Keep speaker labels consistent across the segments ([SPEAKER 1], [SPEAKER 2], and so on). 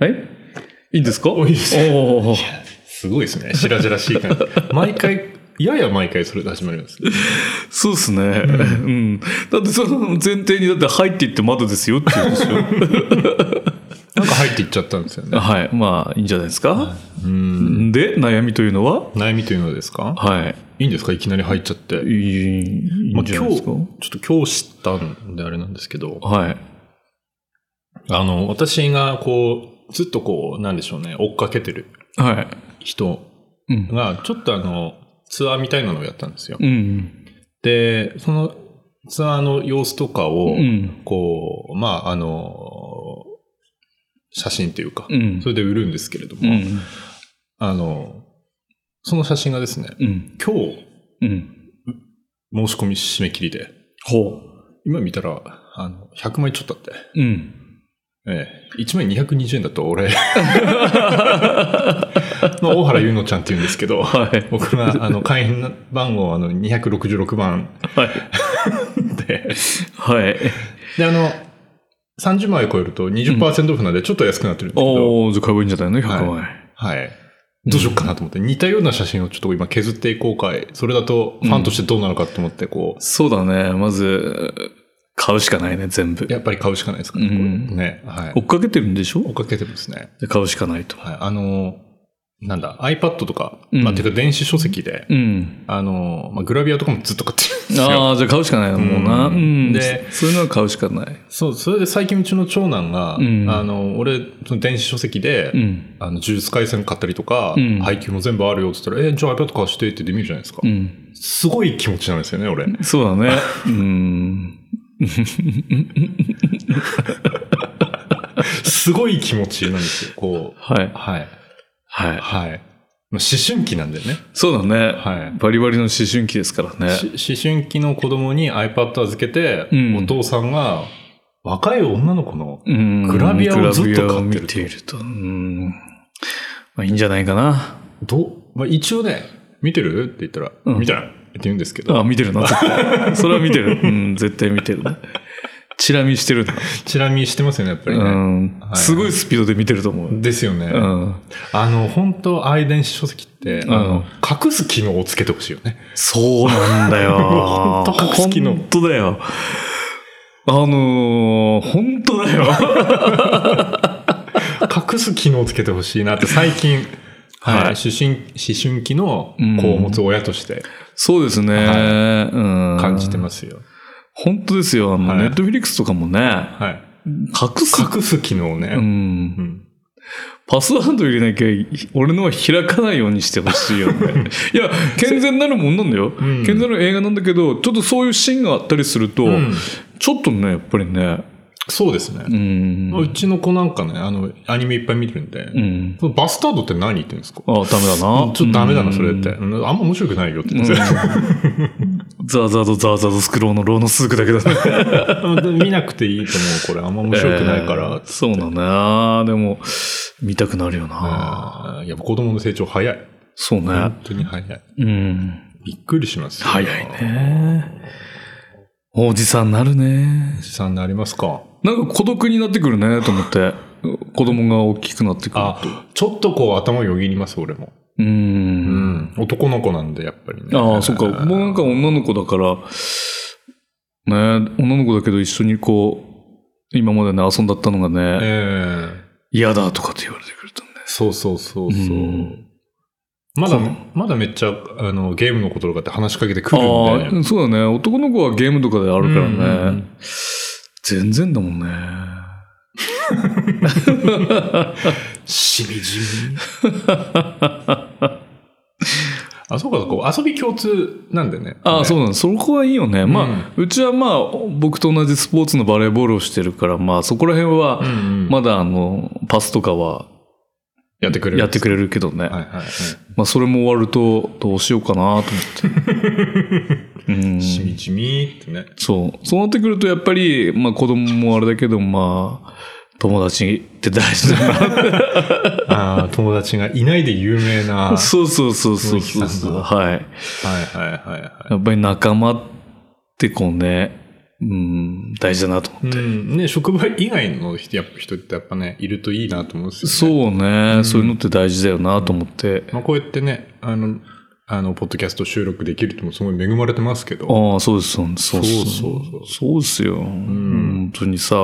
[SPEAKER 1] えいいんですか
[SPEAKER 2] おいいです
[SPEAKER 1] おー
[SPEAKER 2] すごいですね。白々しい感じ。毎回、やや毎回それで始まります。
[SPEAKER 1] そうですね。うん。だってその前提に、だって入っていってまだですよって言うんですよ。
[SPEAKER 2] なんか入っていっちゃったんですよね。
[SPEAKER 1] はい。まあ、いいんじゃないですか。
[SPEAKER 2] うん。
[SPEAKER 1] で、悩みというのは
[SPEAKER 2] 悩みというのですか
[SPEAKER 1] はい
[SPEAKER 2] いんですかいきなり入っちゃって。
[SPEAKER 1] い。いい
[SPEAKER 2] ま
[SPEAKER 1] ん
[SPEAKER 2] あ、
[SPEAKER 1] じゃ
[SPEAKER 2] 今
[SPEAKER 1] ないです
[SPEAKER 2] 日、ち
[SPEAKER 1] か。
[SPEAKER 2] ょっと今日知ったんであれなんですけど、
[SPEAKER 1] はい。
[SPEAKER 2] あの、私がこう、ずっとこう、なんでしょうね、追っかけてる
[SPEAKER 1] はい。
[SPEAKER 2] 人
[SPEAKER 1] うん。
[SPEAKER 2] が、ちょっとあの、ツアーみたいなのをやったんですよ。
[SPEAKER 1] うん。
[SPEAKER 2] で、そのツアーの様子とかを、
[SPEAKER 1] うん。
[SPEAKER 2] こう、まあ、あの、写真というか
[SPEAKER 1] う、ん
[SPEAKER 2] そ。れで売るんですけれども、
[SPEAKER 1] うん。
[SPEAKER 2] あの、その写真がですね、
[SPEAKER 1] うん。
[SPEAKER 2] 今日、
[SPEAKER 1] うん。
[SPEAKER 2] 申し込み締め切りで、
[SPEAKER 1] ほう。
[SPEAKER 2] 今見たら、あの、100枚ちょっとあって、
[SPEAKER 1] うん。
[SPEAKER 2] ええ、1枚220円だと俺、 の大原優乃ちゃんって言うんですけど、
[SPEAKER 1] はい。
[SPEAKER 2] 僕が、あの、会員番号、あの、266番
[SPEAKER 1] はい。
[SPEAKER 2] で、
[SPEAKER 1] はい。
[SPEAKER 2] で、あの、30枚を超えると20%オフなんでちょっと安くなってるんですけど、
[SPEAKER 1] おー、じゃあ買えばいいんじゃないの ?100 枚。
[SPEAKER 2] はい。どうしようかなと思って、似たような写真をちょっと今削っていこうかい。それだとファンとしてどうなのかと思って、こう、
[SPEAKER 1] そうだね。まず、買うしかないね、全部。
[SPEAKER 2] やっぱり買うしかないですかね、これ
[SPEAKER 1] うん
[SPEAKER 2] ね。はい
[SPEAKER 1] 追。っかけてるんでしょ
[SPEAKER 2] 追っかけてるんですね。
[SPEAKER 1] で買うしかないと。
[SPEAKER 2] はい。あの、なんだ、iPad とか、
[SPEAKER 1] うん
[SPEAKER 2] まあ、てか電子書籍で、
[SPEAKER 1] うん。
[SPEAKER 2] あの、まあ、グラビアとかもずっと買ってるんですよ。
[SPEAKER 1] ああ、じゃあ買うしかないの、もうな。
[SPEAKER 2] う
[SPEAKER 1] うんん。
[SPEAKER 2] で
[SPEAKER 1] で、そういうのは買うしかない。
[SPEAKER 2] そう、それで最近うちの長男が、
[SPEAKER 1] うん
[SPEAKER 2] あの、俺、その電子書籍で、
[SPEAKER 1] うん。
[SPEAKER 2] あの、呪術廻戦買ったりとか、
[SPEAKER 1] うん
[SPEAKER 2] 配給も全部あるよって言ったら、えじゃあ iPad 貸してって言って見るじゃないですか。
[SPEAKER 1] うん。
[SPEAKER 2] すごい気持ちなんですよね、俺。
[SPEAKER 1] そうだね。うん。
[SPEAKER 2] すごい気持ちなんですよ、こう。
[SPEAKER 1] はい。
[SPEAKER 2] はい。
[SPEAKER 1] はい。
[SPEAKER 2] はい。まあ思春期なんだよね。
[SPEAKER 1] そうだね。
[SPEAKER 2] はい
[SPEAKER 1] バリバリの思春期ですからね。
[SPEAKER 2] し思春期の子供に iPad 預けて、
[SPEAKER 1] うん
[SPEAKER 2] お父さんが若い女の子の、
[SPEAKER 1] うん
[SPEAKER 2] グラビアをずっと買ってる
[SPEAKER 1] グラ
[SPEAKER 2] と
[SPEAKER 1] ビアを見ていると。うん。まあいいんじゃないかな。
[SPEAKER 2] どう、まあ、一応ね、見てるって言ったら、
[SPEAKER 1] うん
[SPEAKER 2] 見たらって言うんですけど、
[SPEAKER 1] あ、見てるな、絶対。 それは見てる。うん、絶対見てるね。チラ見して るな。
[SPEAKER 2] チラ見してますよね、やっぱり
[SPEAKER 1] う
[SPEAKER 2] ね。
[SPEAKER 1] ん
[SPEAKER 2] は。い
[SPEAKER 1] すごいスピードで見てると思う。
[SPEAKER 2] ですよね。
[SPEAKER 1] うん。
[SPEAKER 2] あの、本当ああいう電子書籍って、
[SPEAKER 1] ん
[SPEAKER 2] あの、隠す機能をつけてほしいよね。
[SPEAKER 1] そうなんだよ。
[SPEAKER 2] もう 本当隠す機能
[SPEAKER 1] 本当だよ。あのー、本当だよ。
[SPEAKER 2] 隠す機能をつけてほしいなって最近、はい
[SPEAKER 1] はい
[SPEAKER 2] 思春思春期の子を持つ親として
[SPEAKER 1] そうですね。
[SPEAKER 2] は
[SPEAKER 1] うん。
[SPEAKER 2] 感じてますよ。
[SPEAKER 1] 本当ですよ。あの、
[SPEAKER 2] はい
[SPEAKER 1] ネットフィリックスとかもね、
[SPEAKER 2] はい。
[SPEAKER 1] 隠す。
[SPEAKER 2] 隠す機能
[SPEAKER 1] うん
[SPEAKER 2] ね。う。ん
[SPEAKER 1] パスワード入れなきゃい、俺のは開かないようにしてほしいよ ね。いや、健全なるもんなんだよ。
[SPEAKER 2] ん
[SPEAKER 1] 健全なる映画なんだけど、ちょっとそういうシーンがあったりすると、
[SPEAKER 2] うん
[SPEAKER 1] ちょっとね、やっぱりね、
[SPEAKER 2] そうですね
[SPEAKER 1] う。ん。
[SPEAKER 2] うちの子なんかね、あの、アニメいっぱい見てるんで、
[SPEAKER 1] うん。
[SPEAKER 2] そのバスタードって何言ってるんですか
[SPEAKER 1] あ、ダメだな。ちょ
[SPEAKER 2] ちょっとダメだな、それって。うんあんま面白くないよって言って。
[SPEAKER 1] ザーザードザーザードスクローのローのスークだけだね。
[SPEAKER 2] 見なくていいと思う、これ。あんま面白くないか
[SPEAKER 1] え
[SPEAKER 2] ら。
[SPEAKER 1] ーそうだね。あーでも、見たくなるよな。
[SPEAKER 2] あーやっぱ子供の成長早い。
[SPEAKER 1] そうね。
[SPEAKER 2] 本当に早い。
[SPEAKER 1] うん。
[SPEAKER 2] びっくりしますよ。
[SPEAKER 1] 早いね。おじさんなるね
[SPEAKER 2] お。じさんになりますか。
[SPEAKER 1] なんか孤独になってくるね、と思って。子供が大きくなってくると。
[SPEAKER 2] あ、ちょっとこう頭よぎります、俺も。
[SPEAKER 1] う。
[SPEAKER 2] うんん。男の子なんで、やっぱりね。
[SPEAKER 1] ああ、そうか。僕なんか女の子だから、ね、女の子だけど一緒にこう、今までね、遊んだったのが
[SPEAKER 2] ええ
[SPEAKER 1] ね、嫌だとかって言われてくるとね。
[SPEAKER 2] そうそうそうそう。
[SPEAKER 1] うん
[SPEAKER 2] まだ
[SPEAKER 1] この、
[SPEAKER 2] まだめっちゃ、あの、ゲームのこととかって話しかけてくる
[SPEAKER 1] ああ
[SPEAKER 2] んで。
[SPEAKER 1] ー、そうだね。男の子はゲームとかであるからね。
[SPEAKER 2] うんうんうん
[SPEAKER 1] 全然だもんね。
[SPEAKER 2] しみ じみ。あ、そうか、こう、遊び共通なんでね。
[SPEAKER 1] ああ、そう
[SPEAKER 2] う。
[SPEAKER 1] なの。そこはいいよね。まあ、うちはまあ、僕と同じスポーツのバレーボールをしてるから、まあ、そこら辺は
[SPEAKER 2] うん、うん。
[SPEAKER 1] まだあの、パスとかは
[SPEAKER 2] やってくれる。
[SPEAKER 1] やってくれるけどね。
[SPEAKER 2] はいはいはい。
[SPEAKER 1] まあ、それも終わると、どうしようかなと思 って。うん。
[SPEAKER 2] しみじみって ね。
[SPEAKER 1] そう。そうなってくると、やっぱり、まあ、子供もあれだけど、まあ、友達って大事だな
[SPEAKER 2] ああ、友達がいないで有名 な。はい
[SPEAKER 1] そうそうそうそうそう
[SPEAKER 2] 鈴木さん
[SPEAKER 1] そう。
[SPEAKER 2] が
[SPEAKER 1] はい。
[SPEAKER 2] はいはいはい。
[SPEAKER 1] やっぱり仲間ってこうね、うん、大事だなと思って。
[SPEAKER 2] うん。ね、職場以外の人やっぱ人ってやっぱね、いるといいなと思うんですよ、ね。
[SPEAKER 1] そうね、そういうのって大事だよなと思って。
[SPEAKER 2] まあ、こうやってね、あの、あの、ポッドキャスト収録できるってもすごい恵まれてますけど。
[SPEAKER 1] ああ、そうです、そうです。そうです
[SPEAKER 2] そうそう
[SPEAKER 1] そうですよ。本当にさ、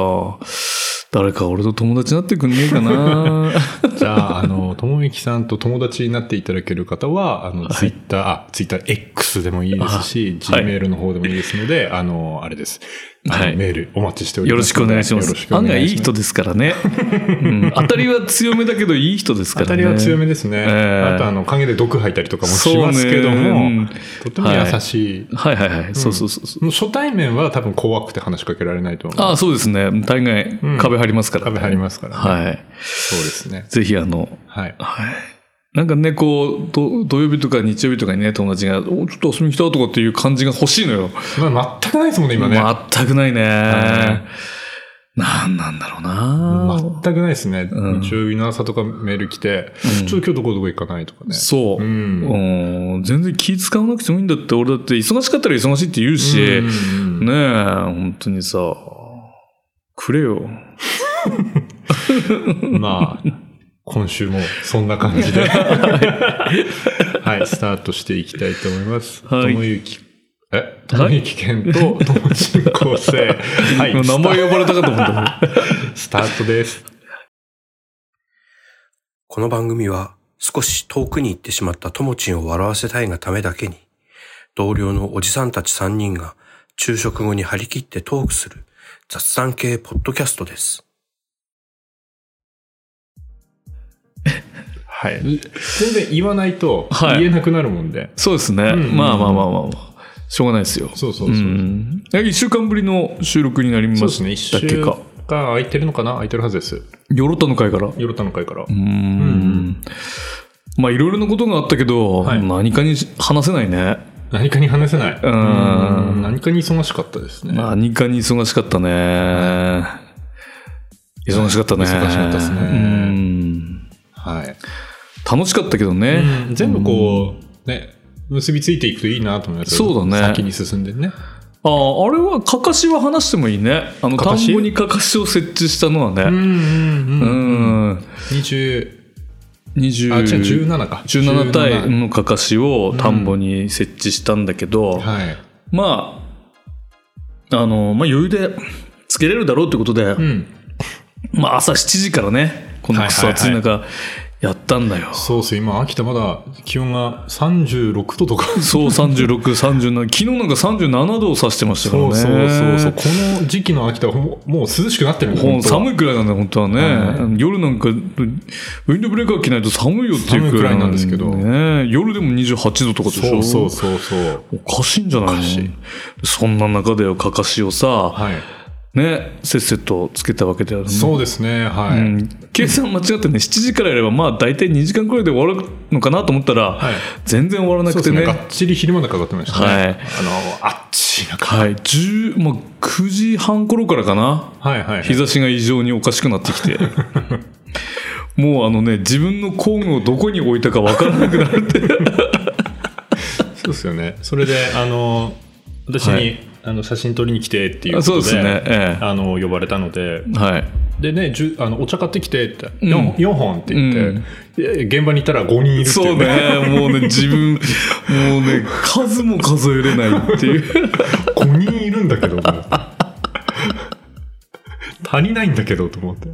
[SPEAKER 1] 誰か俺と友達になってくんねえかな。
[SPEAKER 2] じゃあ、あの、ともゆきさんと友達になっていただける方は、あの、ツイッター、あ、ツイッター X でもいいですし、
[SPEAKER 1] あはい
[SPEAKER 2] Gmail の方でもいいですので、あの、あれです。あの
[SPEAKER 1] はい
[SPEAKER 2] メールお待ちしており
[SPEAKER 1] よ
[SPEAKER 2] ま
[SPEAKER 1] ろ
[SPEAKER 2] す
[SPEAKER 1] しくお願いしま
[SPEAKER 2] よ
[SPEAKER 1] す
[SPEAKER 2] ろし。くお
[SPEAKER 1] 案
[SPEAKER 2] 願
[SPEAKER 1] 外
[SPEAKER 2] い
[SPEAKER 1] いい
[SPEAKER 2] します。
[SPEAKER 1] 人ですからね。 うん当たりは強めだけどいい人ですから
[SPEAKER 2] 当
[SPEAKER 1] ね。
[SPEAKER 2] たりは強めですね。
[SPEAKER 1] ええ
[SPEAKER 2] あと、あの、陰で毒吐いたりとかもしますけど
[SPEAKER 1] そう
[SPEAKER 2] も、
[SPEAKER 1] ね
[SPEAKER 2] とても優しい。
[SPEAKER 1] はいはいはい。そうそうそうそう。
[SPEAKER 2] もう初対面は多分怖くて話しかけられないと思う。
[SPEAKER 1] ああ、そうですね。大概
[SPEAKER 2] うん
[SPEAKER 1] 壁張りますから、
[SPEAKER 2] 壁張り
[SPEAKER 1] ま
[SPEAKER 2] ますから、ね。
[SPEAKER 1] はい。
[SPEAKER 2] そうですね。
[SPEAKER 1] ぜひあの、
[SPEAKER 2] はい。
[SPEAKER 1] はい。なんかね、こう、ど土曜日とか日曜日とかにね、友達が、お、ちょっと遊びに来たとかっていう感じが欲しいのよ。
[SPEAKER 2] まあ、全くないですもんね、今ね。
[SPEAKER 1] 全くないね。
[SPEAKER 2] は
[SPEAKER 1] なんなんだろうな、
[SPEAKER 2] 全くないですね。
[SPEAKER 1] うん
[SPEAKER 2] 日曜日の朝とかメール来て、
[SPEAKER 1] うん
[SPEAKER 2] ちょっと今日どこどこ行かないとかね。
[SPEAKER 1] そう。う
[SPEAKER 2] う
[SPEAKER 1] ん
[SPEAKER 2] ん。
[SPEAKER 1] 全然気使わなくてもいいんだって、俺だって忙しかったら忙しいって言うし、
[SPEAKER 2] うん
[SPEAKER 1] ねえ、本当にさ、くれよ。
[SPEAKER 2] まあ、今週もそんな感じで。はい、スタートしていきたいと思います。
[SPEAKER 1] はい
[SPEAKER 2] ともゆき、えともゆきけんと、ともちん構成。は い、
[SPEAKER 1] 名
[SPEAKER 2] スタ
[SPEAKER 1] 前呼ばれたかと思 った。
[SPEAKER 2] スタートです。
[SPEAKER 3] この番組は少し遠くに行ってしまったともちんを笑わせたいがためだけに、同僚のおじさんたち3人が昼食後に張り切ってトークする雑談系ポッドキャストです。
[SPEAKER 2] はい。全然言わないと
[SPEAKER 1] はい
[SPEAKER 2] 言えなくなるもんで。
[SPEAKER 1] そうですね、
[SPEAKER 2] うん
[SPEAKER 1] まあまあまあまあまあ。しょうがないですよ。
[SPEAKER 2] そうそう
[SPEAKER 1] う
[SPEAKER 2] そう。
[SPEAKER 1] ん。1週間ぶりの収録になりま
[SPEAKER 2] そうです
[SPEAKER 1] す
[SPEAKER 2] ね。一
[SPEAKER 1] だっ
[SPEAKER 2] 週
[SPEAKER 1] け
[SPEAKER 2] 間
[SPEAKER 1] か。
[SPEAKER 2] 空いてるのかな空いてるはずです。
[SPEAKER 1] ヨロッタの会から。う
[SPEAKER 2] ヨロタの会から。
[SPEAKER 1] ーん。まあいろいろなことがあったけど、
[SPEAKER 2] はい
[SPEAKER 1] 何かに話せないね。
[SPEAKER 2] 何かに話せない。うん何かに忙しかったですね。
[SPEAKER 1] 何かに忙しかったね。忙しかったね。
[SPEAKER 2] 忙しかったですね
[SPEAKER 1] うん。
[SPEAKER 2] はい。
[SPEAKER 1] 楽しかったけどね。
[SPEAKER 2] 全部こう、ね、結びついていくといいなと思います
[SPEAKER 1] そうだね
[SPEAKER 2] 先に進んでね。
[SPEAKER 1] ああ、あれは、かかしは話してもいいね。あの、
[SPEAKER 2] か
[SPEAKER 1] 田
[SPEAKER 2] かし
[SPEAKER 1] んぼにかかしを設置したのは
[SPEAKER 2] うんう
[SPEAKER 1] ね。
[SPEAKER 2] ん
[SPEAKER 1] う
[SPEAKER 2] うん。
[SPEAKER 1] ん。
[SPEAKER 2] 20、
[SPEAKER 1] 20
[SPEAKER 2] あ、違う、17か。
[SPEAKER 1] 17体
[SPEAKER 2] 17
[SPEAKER 1] のかかしを田んぼに設置したんだけど、
[SPEAKER 2] はい。
[SPEAKER 1] まあ、あの、まあ余裕でつけれるだろうってことで、
[SPEAKER 2] うん。
[SPEAKER 1] まあ朝7時からね、このクソ暑い中、やったんだよ。
[SPEAKER 2] そうっす、今、秋田まだ気温が36度とか。
[SPEAKER 1] そう、36、37、昨日なんか37度を指してましたから
[SPEAKER 2] そ
[SPEAKER 1] ね。
[SPEAKER 2] うそうそうそう。この時期の秋田はほんもう涼しくなってるんだ
[SPEAKER 1] ほん
[SPEAKER 2] い
[SPEAKER 1] 寒いくらいなんだよ、本当はね、
[SPEAKER 2] は
[SPEAKER 1] 夜なんか、ウィンドブレーカー着ないと寒いよっていうくらい
[SPEAKER 2] 寒いくらいなんですけど
[SPEAKER 1] ね、夜でも28度とかでし
[SPEAKER 2] そ
[SPEAKER 1] ょ
[SPEAKER 2] うそうそうそう。
[SPEAKER 1] おかしいんじゃない
[SPEAKER 2] おかしい
[SPEAKER 1] のそんな中でよ、かかしをさ、
[SPEAKER 2] はい。
[SPEAKER 1] ね、せっせとつけたわけであるの
[SPEAKER 2] そうですね、はい。
[SPEAKER 1] うん計算間違ってね、7時からやれば、まあ大体2時間くらいで終わるのかなと思ったら、
[SPEAKER 2] はい
[SPEAKER 1] 全然終わらな
[SPEAKER 2] そう
[SPEAKER 1] く
[SPEAKER 2] で
[SPEAKER 1] て
[SPEAKER 2] す
[SPEAKER 1] ね、
[SPEAKER 2] ね。がっちり昼間でかかってましたね。
[SPEAKER 1] はい
[SPEAKER 2] あの、あっちな
[SPEAKER 1] はい、10まあ、9時半頃からかな、
[SPEAKER 2] はいはいはい。
[SPEAKER 1] 日差しが異常におかしくなってき て。もうあのね、自分の工具をどこに置いたかわからなくな るって。
[SPEAKER 2] そうですよね。それで、あの、私に、
[SPEAKER 1] はい
[SPEAKER 2] あの写真撮りに来てっていうこ
[SPEAKER 1] あ
[SPEAKER 2] とで、
[SPEAKER 1] そうですね。え
[SPEAKER 2] あの、呼ばれたの
[SPEAKER 1] え。
[SPEAKER 2] で、
[SPEAKER 1] はい。
[SPEAKER 2] でね、じゅあのお茶買ってきてって、
[SPEAKER 1] ん
[SPEAKER 2] 4, 本って言って、
[SPEAKER 1] うん
[SPEAKER 2] で現場にいたら5人いるってい
[SPEAKER 1] そうう
[SPEAKER 2] ね。
[SPEAKER 1] ね、もうね、自分、もうね、数も数えれないっていう。
[SPEAKER 2] 5人いるんだけど、もう足りないんだけどと思って。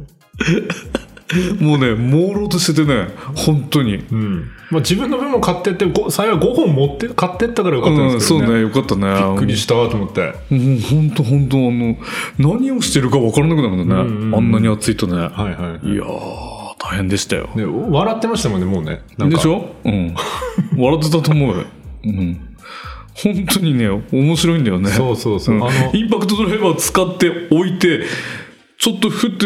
[SPEAKER 1] もうね、朦朧としててね、本当に。
[SPEAKER 2] うん。まあ自分の分も買ってって、ご幸い5本持って、買ってったからよかったん
[SPEAKER 1] う
[SPEAKER 2] で
[SPEAKER 1] ん、
[SPEAKER 2] す
[SPEAKER 1] そ
[SPEAKER 2] けど
[SPEAKER 1] う
[SPEAKER 2] ね。
[SPEAKER 1] ね、よかったね。
[SPEAKER 2] びっくりしたと思って。
[SPEAKER 1] もう本当本当あの、何をしてるか分からなくなるんだね。
[SPEAKER 2] うんうん
[SPEAKER 1] あんなに暑いとね。
[SPEAKER 2] はいはい
[SPEAKER 1] いやー、大変でしたよ。
[SPEAKER 2] ね、笑ってましたもんね、もうね。なんか
[SPEAKER 1] でしょうん。笑ってたと思うよ。うん。本当にね、面白いんだよね。
[SPEAKER 2] そうそうそう。
[SPEAKER 1] うん
[SPEAKER 2] あの、
[SPEAKER 1] インパクトドライバー使って置いて、ちょっとふって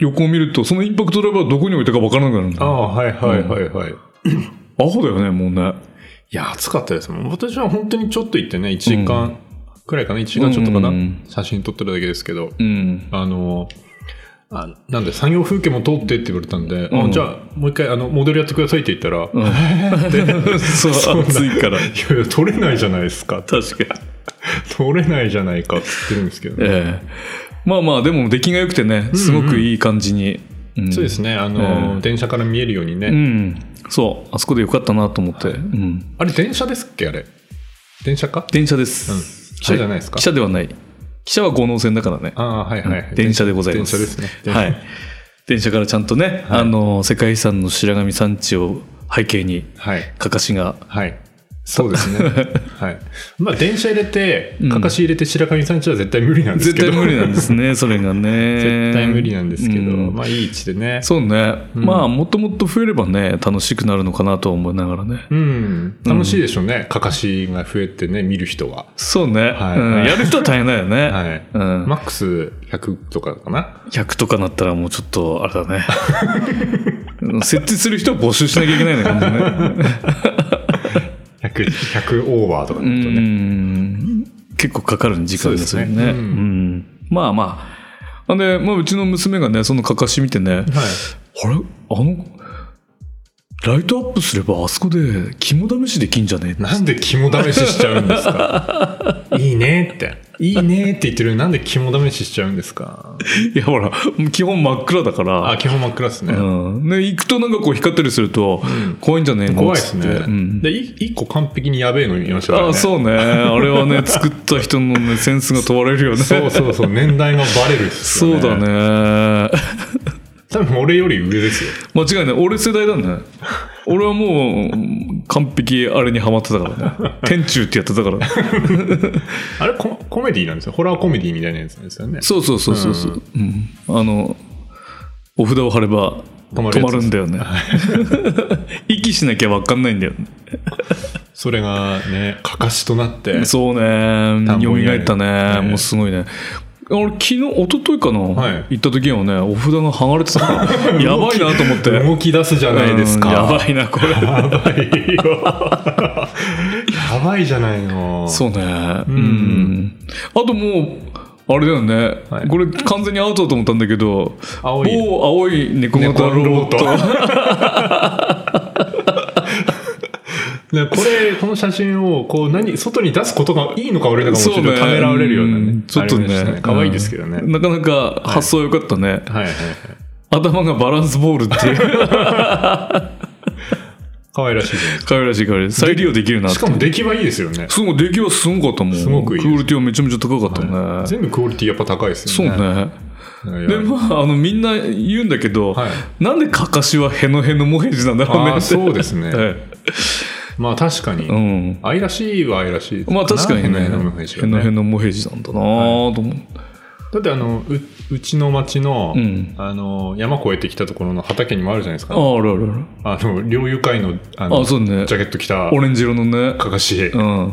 [SPEAKER 1] 横を見ると、そのインパクトドライバーどこに置いたか分からなくなるんだ
[SPEAKER 2] あ
[SPEAKER 1] よ。
[SPEAKER 2] あ、はいはいはいはい。い
[SPEAKER 1] アホだよね、もうね。
[SPEAKER 2] や、暑かったですもん。私は本当にちょっと行ってね、1時間くらいかな、1時間ちょっとかな、
[SPEAKER 1] うんうん
[SPEAKER 2] 写真撮ってるだけですけど、
[SPEAKER 1] うん。
[SPEAKER 2] あの、あなんで、産業風景も撮ってって言われたんで、
[SPEAKER 1] うん
[SPEAKER 2] あじゃあ、もう一回、あの、モデルやってくださいって言ったら、い
[SPEAKER 1] そう、
[SPEAKER 2] そうだ
[SPEAKER 1] 暑いから。
[SPEAKER 2] やいや、撮れないじゃないですかって。
[SPEAKER 1] 確か
[SPEAKER 2] 取れないじゃないかって言ってるんですけどね。
[SPEAKER 1] ええまあまあでも出来が良くてねすごくいい感じに、うん
[SPEAKER 2] そうですね、あの、
[SPEAKER 1] うん
[SPEAKER 2] 電車から見えるようにね。
[SPEAKER 1] うんそうあそこで良かったなと思って、うん、
[SPEAKER 2] あれ、電車ですっけあれ。電車か
[SPEAKER 1] 電車で
[SPEAKER 2] うん
[SPEAKER 1] す、
[SPEAKER 2] 汽車じゃないですか
[SPEAKER 1] 汽車ではない汽車は五能線だからね
[SPEAKER 2] ああ、はいはい、
[SPEAKER 1] 電車でございます
[SPEAKER 2] 電車ですね。
[SPEAKER 1] はい、電車からちゃんとね、あの世界遺産の白神山地を背景に
[SPEAKER 2] はい。
[SPEAKER 1] かかしが
[SPEAKER 2] はい。そうです ね。はい。まあ、電車入れて
[SPEAKER 1] うん、
[SPEAKER 2] かかし入れて白神山地は絶対無理なんです
[SPEAKER 1] 絶
[SPEAKER 2] けど。
[SPEAKER 1] 対無理なんですね それがね
[SPEAKER 2] 絶対無理なんですけど、
[SPEAKER 1] うん
[SPEAKER 2] まあ、いい位置でね。
[SPEAKER 1] そうね、まあもっともっと増えればね楽しくなるのかなと思いながらね、
[SPEAKER 2] うん。楽しいでしょうね。かかしが増えてね、見る人は。
[SPEAKER 1] そうね、
[SPEAKER 2] はい
[SPEAKER 1] うんやる人は大変だよね、
[SPEAKER 2] はい。
[SPEAKER 1] うん
[SPEAKER 2] マックス100とかかな。
[SPEAKER 1] 100とかなったらもうちょっとあれだね うん設置する人を募集しなきゃいけないのかもね
[SPEAKER 2] 100、100オーバーとか
[SPEAKER 1] う
[SPEAKER 2] だとね。
[SPEAKER 1] ん結構かかる時間ですよね
[SPEAKER 2] そうですね
[SPEAKER 1] う
[SPEAKER 2] うん
[SPEAKER 1] んまあまあんで、まあ、うちの娘がねそのかかし見てね、
[SPEAKER 2] はい。
[SPEAKER 1] あれあのライトアップすればあそこで肝試しできんじゃねえって
[SPEAKER 2] なんで肝試ししちゃうんですかいいねって。いいねって言ってるのになんで肝試ししちゃうんですか
[SPEAKER 1] いやほら基本真っ暗だから
[SPEAKER 2] あ、基本真っ暗ですね。
[SPEAKER 1] うん、で行くとなんかこう光ったりすると怖いんじゃねえの
[SPEAKER 2] 怖いですね
[SPEAKER 1] つっ。てうん
[SPEAKER 2] で、い一個完璧にやべえの見ましたからね。
[SPEAKER 1] あそうねあれはね作った人の、ね、センスが問われるよね
[SPEAKER 2] そうそうそう、年代がバレるっすよ
[SPEAKER 1] そう
[SPEAKER 2] ね。
[SPEAKER 1] だ。 ね
[SPEAKER 2] 多分俺より上ですよ。
[SPEAKER 1] 間違いない俺世代だね俺はもう完璧あれにハマってたから ね天柱ってやってたから
[SPEAKER 2] あれコ、コメディなんですよ。ホラーコメディみたいなやつなんですよね。
[SPEAKER 1] そうそうそうそうそう、うんあのお札を貼れば止
[SPEAKER 2] 止ま
[SPEAKER 1] ま
[SPEAKER 2] るやつ
[SPEAKER 1] るんだよね 息しなきゃ分かんないんだよね
[SPEAKER 2] それがね、かかしとなって。
[SPEAKER 1] そうね
[SPEAKER 2] 田んぼにな
[SPEAKER 1] 蘇
[SPEAKER 2] る
[SPEAKER 1] ったね
[SPEAKER 2] ね
[SPEAKER 1] もうすごいね俺昨日一昨日かな、
[SPEAKER 2] はい
[SPEAKER 1] 行った時にはねお札が剥がれてたから やばいなと思って
[SPEAKER 2] 動き出すじゃないですか。
[SPEAKER 1] うんやばいなこれ
[SPEAKER 2] やばいよ。やばいじゃないの。
[SPEAKER 1] そうねうん、
[SPEAKER 2] ん
[SPEAKER 1] あともうあれだよね、
[SPEAKER 2] はい
[SPEAKER 1] これ完全にアウトだと思ったんだけど
[SPEAKER 2] 青い
[SPEAKER 1] 某青い猫型ロボット
[SPEAKER 2] 猫型ロ ねこれ、この写真を、こう、何、外に出すことがいいのか悪いのかもちょっとためらわれるようなね。
[SPEAKER 1] ちょっと
[SPEAKER 2] あれでした
[SPEAKER 1] ね。
[SPEAKER 2] 可愛いですけどね。
[SPEAKER 1] うんなかなか発想良かったね。
[SPEAKER 2] はいはいはい。
[SPEAKER 1] 頭がバランスボールって いう。
[SPEAKER 2] 可愛らしいじゃないです
[SPEAKER 1] 可愛らしい可愛らしい。再利用できるな
[SPEAKER 2] か。
[SPEAKER 1] っ
[SPEAKER 2] してかも出来はいいですよね。
[SPEAKER 1] すごい、出来はすごかったもん。
[SPEAKER 2] すごくいいです
[SPEAKER 1] クオリティはめちゃめちゃ高かったね。
[SPEAKER 2] 全部クオリティやっぱ高いです
[SPEAKER 1] そう
[SPEAKER 2] よね。
[SPEAKER 1] ね。
[SPEAKER 2] そう
[SPEAKER 1] で、まあ、あの、みんな言うんだけど、
[SPEAKER 2] はい
[SPEAKER 1] なんでかかしはへのへのもへじなんだろうねっ
[SPEAKER 2] あ
[SPEAKER 1] て。
[SPEAKER 2] あ、そうです ね。
[SPEAKER 1] はい
[SPEAKER 2] まあ確かに、
[SPEAKER 1] うん。
[SPEAKER 2] 愛らしいは愛らしいです
[SPEAKER 1] まあ確かにね、
[SPEAKER 2] な
[SPEAKER 1] へ
[SPEAKER 2] んか変なイメージがね
[SPEAKER 1] のへのもへじなんだなぁと思う。
[SPEAKER 2] だってあの、ううちの町の、
[SPEAKER 1] うん
[SPEAKER 2] あの、山越えてきたところの畑にもあるじゃないですか。
[SPEAKER 1] ああるある
[SPEAKER 2] あの、猟友会の、
[SPEAKER 1] あ
[SPEAKER 2] あ
[SPEAKER 1] る。
[SPEAKER 2] の、
[SPEAKER 1] あ、そうね
[SPEAKER 2] ジ。ャケット着た、
[SPEAKER 1] オレンジ色のね。
[SPEAKER 2] かかし。
[SPEAKER 1] うん。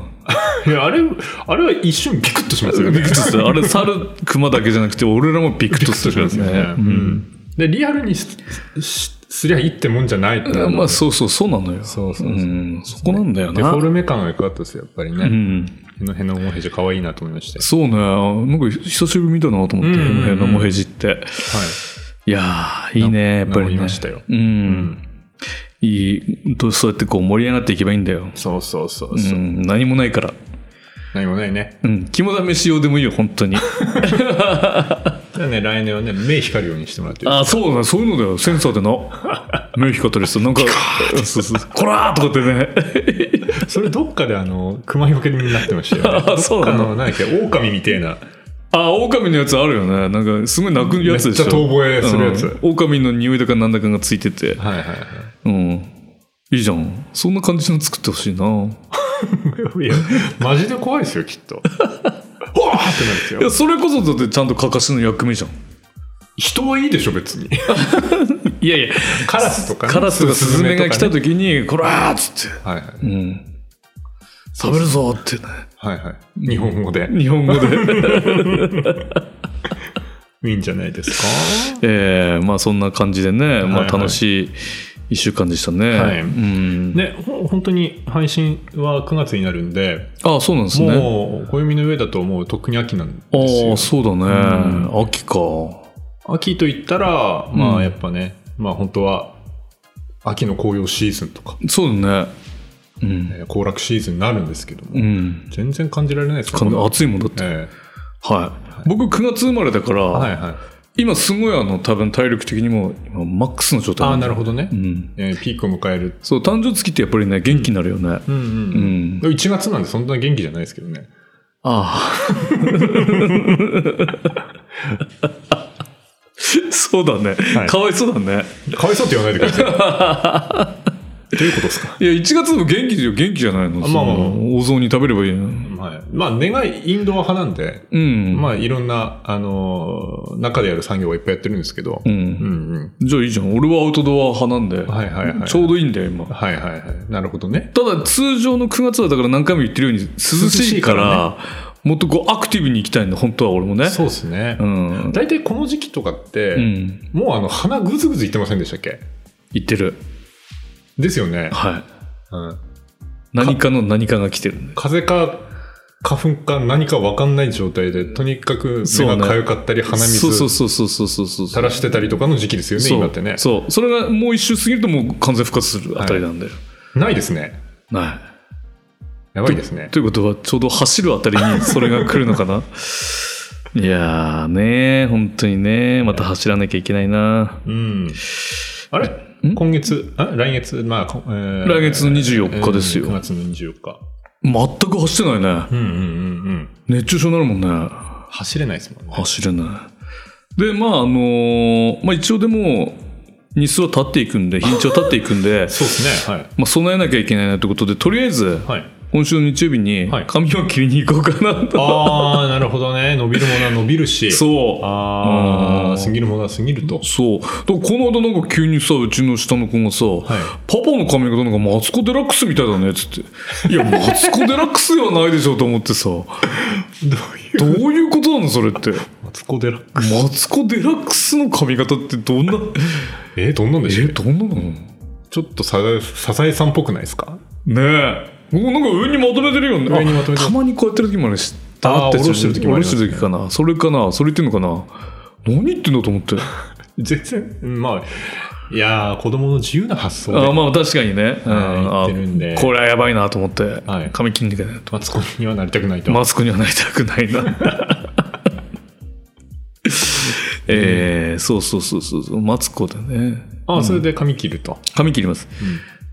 [SPEAKER 2] いや、あれ、あれは一瞬ビクッとしますよね。
[SPEAKER 1] ビクッとする。あ れ、猿、熊だけじゃなくて、俺らもビクッとするよ
[SPEAKER 2] ビクッとしますよ
[SPEAKER 1] ね
[SPEAKER 2] ね。うんで、リアルにすしすりゃいいってもんじゃないってなる
[SPEAKER 1] まあ、そうそう、そうなのよ。
[SPEAKER 2] そうそうそう
[SPEAKER 1] うん。そこなんだよ
[SPEAKER 2] デフォ
[SPEAKER 1] な。
[SPEAKER 2] ルメ感が良かったですよ、やっぱり
[SPEAKER 1] う
[SPEAKER 2] ね。
[SPEAKER 1] ん。
[SPEAKER 2] へのへのモヘジ可愛いなと思いましたよ
[SPEAKER 1] そうね。なんか、久しぶりに見たなと思って、
[SPEAKER 2] うんうんうん
[SPEAKER 1] へのもへじって。
[SPEAKER 2] はい。
[SPEAKER 1] いやー、いいね、やっぱり
[SPEAKER 2] 治り
[SPEAKER 1] ね。
[SPEAKER 2] ましたよ
[SPEAKER 1] うん。いい、どうそうやってこう盛り上がっていけばいいんだよ。
[SPEAKER 2] そうそうそううそう、
[SPEAKER 1] ん。何もないから。
[SPEAKER 2] 何もないね。
[SPEAKER 1] うん。肝試し用でもいいよ、本当に。
[SPEAKER 2] じゃあね、来年はね、目光るようにしてもらって。
[SPEAKER 1] あ、そうだ、そういうのだよ。センサーで な。目光ったりすると、なんか、そうそうそうこらーとかってね。
[SPEAKER 2] それどっかであの、熊よけになってましたよね。
[SPEAKER 1] あ、そう
[SPEAKER 2] あ
[SPEAKER 1] なの
[SPEAKER 2] の、。何だっけ、狼みてえな。
[SPEAKER 1] あ、狼のやつあるよね。なんか、すごい泣くやつでしょ。
[SPEAKER 2] めっちゃ遠吠えするやつ
[SPEAKER 1] うん狼の匂いだかなんだかがついてて。
[SPEAKER 2] はいはい
[SPEAKER 1] うん。いいじゃん。そんな感じの作ってほしいな。い
[SPEAKER 2] はい。いや、マジで怖いですよ、きっと。 ほわーってなるんです
[SPEAKER 1] や、
[SPEAKER 2] よ。
[SPEAKER 1] それこそだってちゃんとかかしの役目じゃん。
[SPEAKER 2] 人はいいでしょ、別に。
[SPEAKER 1] いやいや、
[SPEAKER 2] カラスとか ね、
[SPEAKER 1] カラスとかスズメが来た
[SPEAKER 2] と
[SPEAKER 1] 時に、こらーっつって。
[SPEAKER 2] かね。はいはい。
[SPEAKER 1] うん。食べるぞーってね。
[SPEAKER 2] はいはい。日本語で。
[SPEAKER 1] 日本語 で。
[SPEAKER 2] いいんじゃないですか。
[SPEAKER 1] えー、まあそんな感じでね、まあ
[SPEAKER 2] はいはい
[SPEAKER 1] 楽しい一週間でしたね。
[SPEAKER 2] はい
[SPEAKER 1] うん。
[SPEAKER 2] ね、ほ本当に配信は9月になるんで、
[SPEAKER 1] あ、そうなんですね。
[SPEAKER 2] もう、暦の上だともうとっくに秋なん
[SPEAKER 1] ああ
[SPEAKER 2] ですよ
[SPEAKER 1] ー、。そうだね。秋か。
[SPEAKER 2] 秋と言ったら、ま
[SPEAKER 1] うん
[SPEAKER 2] あやっぱね、まあ本当は、秋の紅葉シーズンとか、
[SPEAKER 1] そうだね。うん。
[SPEAKER 2] えー行楽シーズンになるんですけども、
[SPEAKER 1] うん。
[SPEAKER 2] 全然感じられないです
[SPEAKER 1] か
[SPEAKER 2] ね。
[SPEAKER 1] 暑いもんだって。
[SPEAKER 2] え
[SPEAKER 1] はい。僕9月生まれだから、
[SPEAKER 2] えはいはい。
[SPEAKER 1] 今すごいあの多分体力的にも今マックスの状態
[SPEAKER 2] ああ、
[SPEAKER 1] んだ
[SPEAKER 2] な
[SPEAKER 1] よ
[SPEAKER 2] るほどね。
[SPEAKER 1] うん。
[SPEAKER 2] えーピークを迎える。
[SPEAKER 1] そう、誕生月ってやっぱりね、元気になるよね。
[SPEAKER 2] うん
[SPEAKER 1] うん。
[SPEAKER 2] うん。1月なんでそんな元気じゃないですけどね。
[SPEAKER 1] ああ。そうだね、
[SPEAKER 2] はい
[SPEAKER 1] かわいそうだね。
[SPEAKER 2] かわいそうって言わないでください。 どういうことですか
[SPEAKER 1] いや、1月も元気じゃ元気じゃないの。
[SPEAKER 2] あまあまあまあ
[SPEAKER 1] そのお雑煮食べればいいの。
[SPEAKER 2] はい。まあ、願い、インドア派なんで、
[SPEAKER 1] うん。
[SPEAKER 2] まあ、いろんな、あのー中でやる産業はいっぱいやってるんですけど、
[SPEAKER 1] う。
[SPEAKER 2] うんんうん。
[SPEAKER 1] じゃあいいじゃん。俺はアウトドア派なんで。
[SPEAKER 2] はいはいはい
[SPEAKER 1] ちょうどいいんだよ、今。
[SPEAKER 2] はいはいはい。なるほどね。
[SPEAKER 1] ただ通常の9月はだから何回も言ってるように涼しいからもっとこうアクティブに行きたいんだ本当は俺もね
[SPEAKER 2] そうですね
[SPEAKER 1] う。ん、
[SPEAKER 2] 大体この時期とかって、
[SPEAKER 1] うん、
[SPEAKER 2] もうあの、鼻ぐずぐずいってませんでしたっけ
[SPEAKER 1] 行ってる
[SPEAKER 2] ですよね。
[SPEAKER 1] はい
[SPEAKER 2] うん。
[SPEAKER 1] 何かの何かが来てるんだよ
[SPEAKER 2] 風邪か、花粉か何か分かんない状態で、とにかく目が痒かったり、鼻水
[SPEAKER 1] そうそうそうそうそうそうそう
[SPEAKER 2] 垂らしてたりとかの時期ですよね、
[SPEAKER 1] そう
[SPEAKER 2] 今ってね。
[SPEAKER 1] そうそれがもう一周過ぎるともう完全復活するあたりなんだよ、
[SPEAKER 2] ないですね。
[SPEAKER 1] な
[SPEAKER 2] やばいですね
[SPEAKER 1] い。ということはちょうど走るあたりにそれが来るのかない やーね本当にねまた走らなきゃいけないな
[SPEAKER 2] うん。あれ
[SPEAKER 1] ん
[SPEAKER 2] 今月、あ来月、まあ、こえー
[SPEAKER 1] 来月の24日ですよ
[SPEAKER 2] うん9月の24日。
[SPEAKER 1] 全く走ってないね
[SPEAKER 2] うんうんうんうん。
[SPEAKER 1] 熱中症になるもんね
[SPEAKER 2] 走れないですもんね。、
[SPEAKER 1] 走れない。で、まあ、あのーまあ一応でも、日数は経っていくんで、日にちは経っていくんで
[SPEAKER 2] そうですね。
[SPEAKER 1] まあ備えなきゃいけないなってことで、とりあえず、
[SPEAKER 2] はい。はい。
[SPEAKER 1] 今週の日曜日に
[SPEAKER 2] はい
[SPEAKER 1] 髪を切りに行こうかなと。
[SPEAKER 2] ああ、なるほどね。伸びるものは伸びるし。う。
[SPEAKER 1] そう。
[SPEAKER 2] あ
[SPEAKER 1] う
[SPEAKER 2] あ、
[SPEAKER 1] ん
[SPEAKER 2] 過ぎるものは過ぎると。
[SPEAKER 1] そう。だからこの間なんか急にさ、うちの下の子がさ、パパの髪型なんかマツコ・デラックスみたいだねっつって。いや、マツコ・デラックスではないでしょうと思ってさ、ど
[SPEAKER 2] どういう
[SPEAKER 1] ういうことなのそれって。
[SPEAKER 2] マツコデラック
[SPEAKER 1] マツコ・デラックスの髪型ってどんな、
[SPEAKER 2] えー、どんなんでしょ
[SPEAKER 1] え、
[SPEAKER 2] う
[SPEAKER 1] どんなの
[SPEAKER 2] ちょっとサザエサザエさんっぽくないですか
[SPEAKER 1] ねえ。ここなんか上にまとめてるよね。
[SPEAKER 2] 上にまとめ
[SPEAKER 1] あ
[SPEAKER 2] てる
[SPEAKER 1] たまにこうやってる時もあるし、
[SPEAKER 2] あ
[SPEAKER 1] だ
[SPEAKER 2] ー
[SPEAKER 1] って
[SPEAKER 2] 下ろしてる時もありますね
[SPEAKER 1] 下ろしてる時かな。それかな。それ言ってんのかな。何言ってんだと思って。
[SPEAKER 2] 全然、うんまあ、いやー、子供の自由な発想で。
[SPEAKER 1] あーまあ確かにね。うん
[SPEAKER 2] はい言ってるんで
[SPEAKER 1] あーこれはやばいなと思って
[SPEAKER 2] はい。
[SPEAKER 1] 髪切んなきゃいけないと。
[SPEAKER 2] マツコにはなりたくないと。
[SPEAKER 1] マスクにはなりたくないな。 えー、そうそうそうそうそう。マツコでね。
[SPEAKER 2] ああ、それで髪切ると。
[SPEAKER 1] 髪切ります。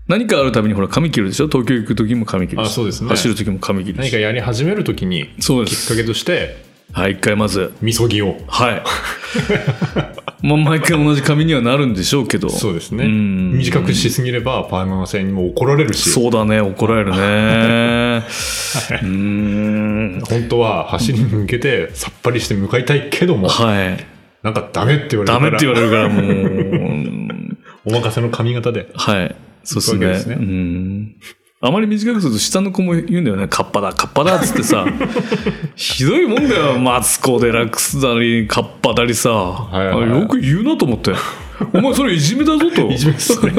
[SPEAKER 1] 何かあるたびにほら髪切るでしょ東京行く時も髪切るし
[SPEAKER 2] あそうですね
[SPEAKER 1] 走る時も髪切る
[SPEAKER 2] 何
[SPEAKER 1] し
[SPEAKER 2] かやり始めるときに、
[SPEAKER 1] そうで
[SPEAKER 2] きっ
[SPEAKER 1] す
[SPEAKER 2] かけとして、
[SPEAKER 1] はい一回まず
[SPEAKER 2] みそぎを。
[SPEAKER 1] はい。まあ、毎回同じ髪にはなるんでしょうけど。
[SPEAKER 2] そうですね。
[SPEAKER 1] うん
[SPEAKER 2] 短くしすぎれば、パーマ製にも怒られるし、
[SPEAKER 1] そうだね、怒られ るね。うーん。
[SPEAKER 2] 本当は走りに向けて、さっぱりして向かいたいけども、
[SPEAKER 1] はい。
[SPEAKER 2] なんかダメって言われるか
[SPEAKER 1] ダ
[SPEAKER 2] ら、
[SPEAKER 1] メって言われるから、もう。
[SPEAKER 2] お任せの髪型で。
[SPEAKER 1] はい。そう
[SPEAKER 2] そういうわけ
[SPEAKER 1] で
[SPEAKER 2] です
[SPEAKER 1] す
[SPEAKER 2] ね
[SPEAKER 1] ね。うん。あまり短くすると下の子も言うんだよね。カッパだ、カッパだっつってさ。 ひどいもんだよ。マツコ・デラックスだり、カッパだりさ。
[SPEAKER 2] いはいはい
[SPEAKER 1] あよく言うなと思って。お前それいじめだぞと。
[SPEAKER 2] いじめですね。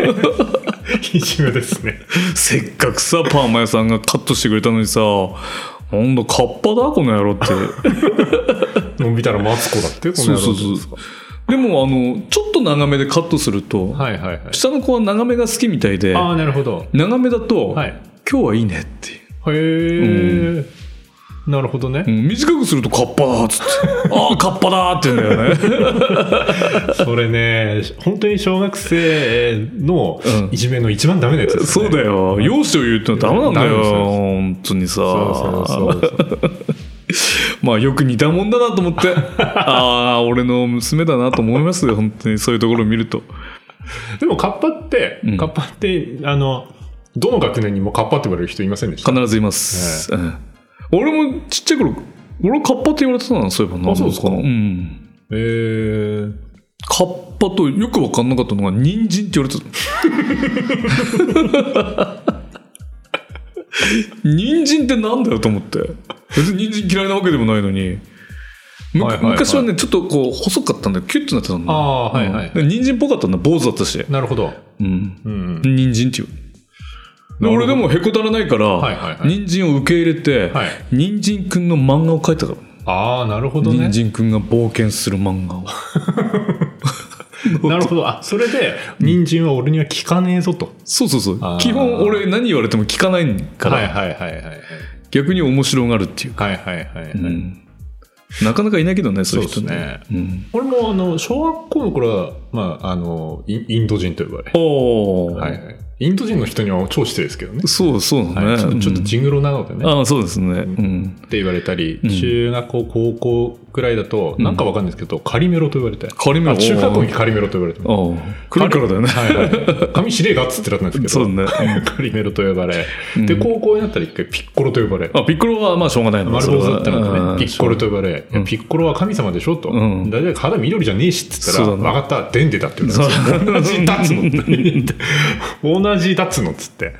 [SPEAKER 2] いじめですね。
[SPEAKER 1] せっかくさパーマ屋さんがカットしてくれたのにさなんだカッパだこの野郎って
[SPEAKER 2] 伸びたらマツコだって、こ
[SPEAKER 1] そ
[SPEAKER 2] の
[SPEAKER 1] う
[SPEAKER 2] 野
[SPEAKER 1] そ
[SPEAKER 2] 郎
[SPEAKER 1] うそうでもあのちょっと長めでカットすると、
[SPEAKER 2] はいはいはい。
[SPEAKER 1] 下の子は長めが好きみたいで
[SPEAKER 2] ああ、なるほど。
[SPEAKER 1] 長めだと、
[SPEAKER 2] はい。
[SPEAKER 1] 今日はいいねっていう
[SPEAKER 2] へえ、なるほどね
[SPEAKER 1] う。ん短くするとカッパだっ つってああカッパだって言うんだよね
[SPEAKER 2] それね、本当に小学生の
[SPEAKER 1] うん
[SPEAKER 2] いじめの一番ダメなやつです、
[SPEAKER 1] そ
[SPEAKER 2] ね
[SPEAKER 1] うだよ容姿を言うってのはダメなんだ
[SPEAKER 2] ダメ
[SPEAKER 1] よ
[SPEAKER 2] ですよ
[SPEAKER 1] 本当にさ
[SPEAKER 2] そうそうそうそう。
[SPEAKER 1] まあよく似たもんだなと思ってああ俺の娘だなと思いますよ本当にそういうところを見ると
[SPEAKER 2] でもカッパって、
[SPEAKER 1] うん
[SPEAKER 2] カッパって、あの、どの学年にもカッパって言われる人いませんでした
[SPEAKER 1] 必ずいます、うん俺もちっちゃい頃俺はカッパって言われてたなそういえばな
[SPEAKER 2] あそうですか
[SPEAKER 1] うん
[SPEAKER 2] えー、
[SPEAKER 1] カッパとよく分かんなかったのが人参って言われてた人参ってなんだよと思って別に人参嫌いなわけでもないのにむ
[SPEAKER 2] はいはいはい
[SPEAKER 1] 昔はねちょっとこう細かったんだよキュッとなってたんだ
[SPEAKER 2] ああ、はいはい。
[SPEAKER 1] で人参っぽかったんだ坊主だったし
[SPEAKER 2] なるほど。
[SPEAKER 1] うん
[SPEAKER 2] うんうん。
[SPEAKER 1] 人参っていうで
[SPEAKER 2] なるほど
[SPEAKER 1] 俺でもへこたらないから、
[SPEAKER 2] はいはいはい
[SPEAKER 1] 人参を受け入れて、
[SPEAKER 2] はい
[SPEAKER 1] 人参くんの漫画を描いたから、
[SPEAKER 2] ああ、なるほどね
[SPEAKER 1] 人。参くんが冒険する漫画を
[SPEAKER 2] なるほど。あ、それで、人参は俺には効かねえぞと。
[SPEAKER 1] そうそうそう
[SPEAKER 2] あー
[SPEAKER 1] 基本俺何言われても聞かないから、
[SPEAKER 2] はいはいはいはいはい。
[SPEAKER 1] 逆に面白がるっていうか、
[SPEAKER 2] はいはいはいはい。
[SPEAKER 1] うんなかなかいないけどねそういう人
[SPEAKER 2] そうですね
[SPEAKER 1] うん、
[SPEAKER 2] 俺も、あの、小学校の頃は、まあ、あの、インインド人と呼ばれ。
[SPEAKER 1] おー、
[SPEAKER 2] はいはい。インド人の人には超失礼ですけどね。
[SPEAKER 1] そうそうね、
[SPEAKER 2] はい、ちょっとちょっと
[SPEAKER 1] うん
[SPEAKER 2] ジングロなのでね。
[SPEAKER 1] ああそうですねうん
[SPEAKER 2] って言われたり、
[SPEAKER 1] うん
[SPEAKER 2] 中学校、高校くらいだと、
[SPEAKER 1] うん
[SPEAKER 2] なんかわかんないですけど、カリメロと言われて。
[SPEAKER 1] 仮面
[SPEAKER 2] あ中学校にカリメロと言われてます。
[SPEAKER 1] ああ黒いからだよね
[SPEAKER 2] はいはい。髪しれえがっつってなったんですけ
[SPEAKER 1] そ
[SPEAKER 2] ど。
[SPEAKER 1] うだね
[SPEAKER 2] カリメロと呼ばれ。
[SPEAKER 1] うん
[SPEAKER 2] で、高校になったら一回ピッコロと呼ばれ。
[SPEAKER 1] あピッコロはまあしょうがないの
[SPEAKER 2] 丸坊主だったのでね、ピッコロと呼ばれ、い
[SPEAKER 1] うん
[SPEAKER 2] やピッコロは神様でしょと。
[SPEAKER 1] うん
[SPEAKER 2] だいたい肌緑じゃねえしって言ったら、
[SPEAKER 1] そうだな
[SPEAKER 2] 分かった、デンデだって言われたんですよ。同じだっつのって。同じだっつのっつって。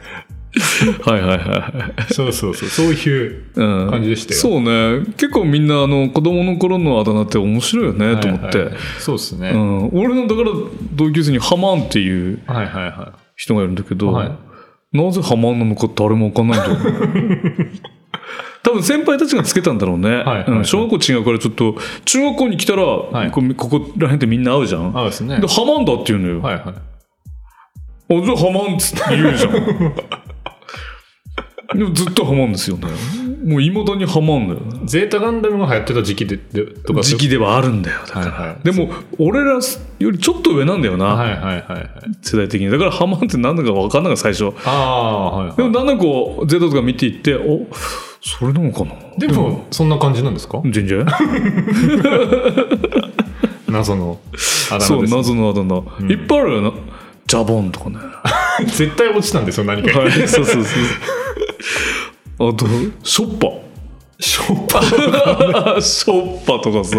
[SPEAKER 1] はいはいはい
[SPEAKER 2] そうそうそう、そういう。
[SPEAKER 1] うん
[SPEAKER 2] 感じでしたよ
[SPEAKER 1] そうね結構みんなあの子供の頃のあだ名って面白いよねと思って、
[SPEAKER 2] はいはいはいそうですね。
[SPEAKER 1] うん、俺のだから同級生にハマンっていう
[SPEAKER 2] はいはいは
[SPEAKER 1] 人がいるんだけど、
[SPEAKER 2] はい
[SPEAKER 1] なぜハマンなのか誰もわかんないんだよ ね多分先輩たちがつけたんだろうね、
[SPEAKER 2] はいはいはい
[SPEAKER 1] うん小学校違うからちょっと中学校に来たら、
[SPEAKER 2] い
[SPEAKER 1] こここら辺でみんな会うじゃん
[SPEAKER 2] い。あですね
[SPEAKER 1] で。ハマンだって言うのよ、
[SPEAKER 2] はいはい。
[SPEAKER 1] あじゃあハマンっつって言う じゃんでもずっとハマンですよねもういまだにハマンだよね
[SPEAKER 2] ゼータガンダムが流行ってた時期で、でとか。
[SPEAKER 1] 時期ではあるんだよだから、
[SPEAKER 2] はいはい
[SPEAKER 1] でも俺らよりちょっと上なんだよな、
[SPEAKER 2] はいはいはいはい。
[SPEAKER 1] 世代的にだからハマンって何だか分かんなかった最初
[SPEAKER 2] ああ、はいはい。
[SPEAKER 1] でもだんだんこうゼロとか見ていっておそれなのかな
[SPEAKER 2] でも、そんな感じなんですか
[SPEAKER 1] 全然
[SPEAKER 2] 謎のあだ
[SPEAKER 1] そう
[SPEAKER 2] 名です。
[SPEAKER 1] 謎のあだ名、
[SPEAKER 2] ん
[SPEAKER 1] いっぱいあるよなジャボンとかね
[SPEAKER 2] 絶対落ちたんですよ、何かに。
[SPEAKER 1] はいそうそうそう あとショッパ
[SPEAKER 2] しょっぱ
[SPEAKER 1] ショッパとかさ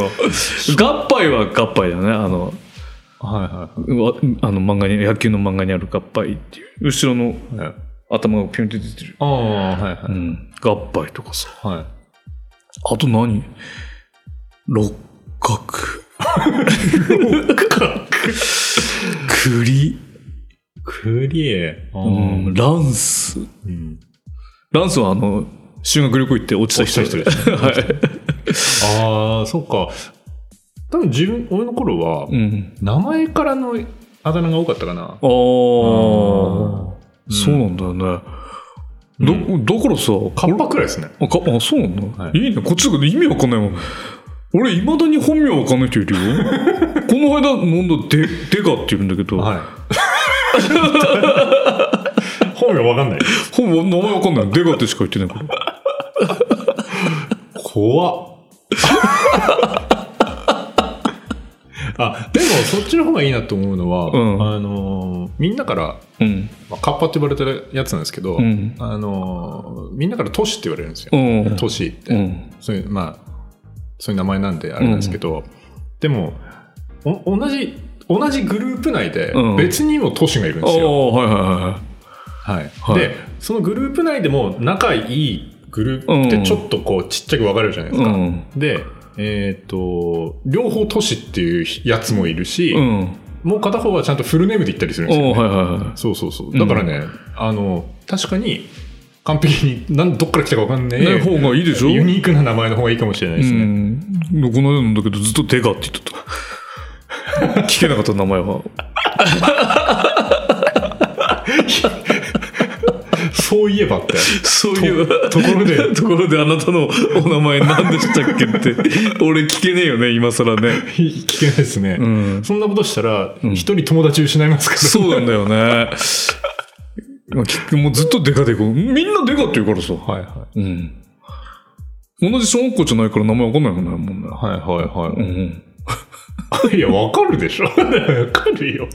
[SPEAKER 1] 合杯は合杯だよねあの
[SPEAKER 2] はいは
[SPEAKER 1] うわあの漫画に野球の漫画にある合杯っていう後ろの
[SPEAKER 2] いはい。
[SPEAKER 1] 頭がピュンって出てる
[SPEAKER 2] ああ、はいは
[SPEAKER 1] う
[SPEAKER 2] い。
[SPEAKER 1] ん合杯とかさ
[SPEAKER 2] は
[SPEAKER 1] あ
[SPEAKER 2] い。
[SPEAKER 1] と何六角。六角。栗。
[SPEAKER 2] クリエ。う
[SPEAKER 1] うん、ランス。
[SPEAKER 2] ん。
[SPEAKER 1] ランスはあの、修学旅行行って落ちた人。
[SPEAKER 2] 落ちた人です ああ、そっか。多分自分、俺の頃は、
[SPEAKER 1] うん。
[SPEAKER 2] 名前からのあだ名が多かったかな
[SPEAKER 1] あ。あ、
[SPEAKER 2] ー
[SPEAKER 1] そうなんだよね。ど、だからさ、
[SPEAKER 2] カッパくらいですね。
[SPEAKER 1] あ、かあそうなんだ、
[SPEAKER 2] はい
[SPEAKER 1] い、いね。こっちだけど意味わかんないもん。俺、いまだに本名わかんない人いるよ。 この間飲んだデ、デガって言うんだけど、
[SPEAKER 2] はい。 本名わかんない。
[SPEAKER 1] ほぼ名前わかんない。デガってしか言ってないから。
[SPEAKER 2] 怖っ。 あ、でもそっちの方がいいなと思うのは、
[SPEAKER 1] うん
[SPEAKER 2] あのーみんなから、
[SPEAKER 1] うん。
[SPEAKER 2] まあ、カッパって言われてるやつなんですけど、
[SPEAKER 1] うん
[SPEAKER 2] あのーみんなからトシって言われるんですよ。
[SPEAKER 1] うん。
[SPEAKER 2] トシって、
[SPEAKER 1] うん。
[SPEAKER 2] そういう、まあ、そういう名前なんであれなんですけど、でも、お同じ、同じグループ内で
[SPEAKER 1] うん
[SPEAKER 2] 別にもトシがいるん
[SPEAKER 1] あ
[SPEAKER 2] ですよ。
[SPEAKER 1] あ、はいはいはい。
[SPEAKER 2] はい
[SPEAKER 1] はい
[SPEAKER 2] でそのグループ内でも仲いいグループってちょっとこうちっちゃく分かれるじゃないです
[SPEAKER 1] う
[SPEAKER 2] か、
[SPEAKER 1] ん。
[SPEAKER 2] でえっ、と両方都市っていうやつもいるし、
[SPEAKER 1] うん。
[SPEAKER 2] もう片方はちゃんとフルネームで言ったりするんですよ、
[SPEAKER 1] お
[SPEAKER 2] ね
[SPEAKER 1] ーはいはいはい。
[SPEAKER 2] そうそうそうだからね、あの確かに完璧になんどっから来たか分かんねえ
[SPEAKER 1] ね、方がいいでしょ
[SPEAKER 2] ユニークな名前の方がいいかもしれないです
[SPEAKER 1] う
[SPEAKER 2] ね、
[SPEAKER 1] ん。この間なんだけど、ずっとデカって言って た。聞けなかった名前は。
[SPEAKER 2] そういえばって
[SPEAKER 1] そういう
[SPEAKER 2] ところ で
[SPEAKER 1] ところであなたのお名前何でしたっけ って、俺聞けねえよね、今更ね。
[SPEAKER 2] 聞けないですね、
[SPEAKER 1] うん。
[SPEAKER 2] そんなことしたら
[SPEAKER 1] ん
[SPEAKER 2] 一、人友達失いますから
[SPEAKER 1] そうなんだよ ね。聞くもうずっとデカデカ。みんなデカって言うからさ。
[SPEAKER 2] はいはい
[SPEAKER 1] うん。同じ小学校じゃないから名前わかんないもんね、もんね。
[SPEAKER 2] はいはいはい、
[SPEAKER 1] うん。
[SPEAKER 2] いや、わかるでし ょ。わかるよ。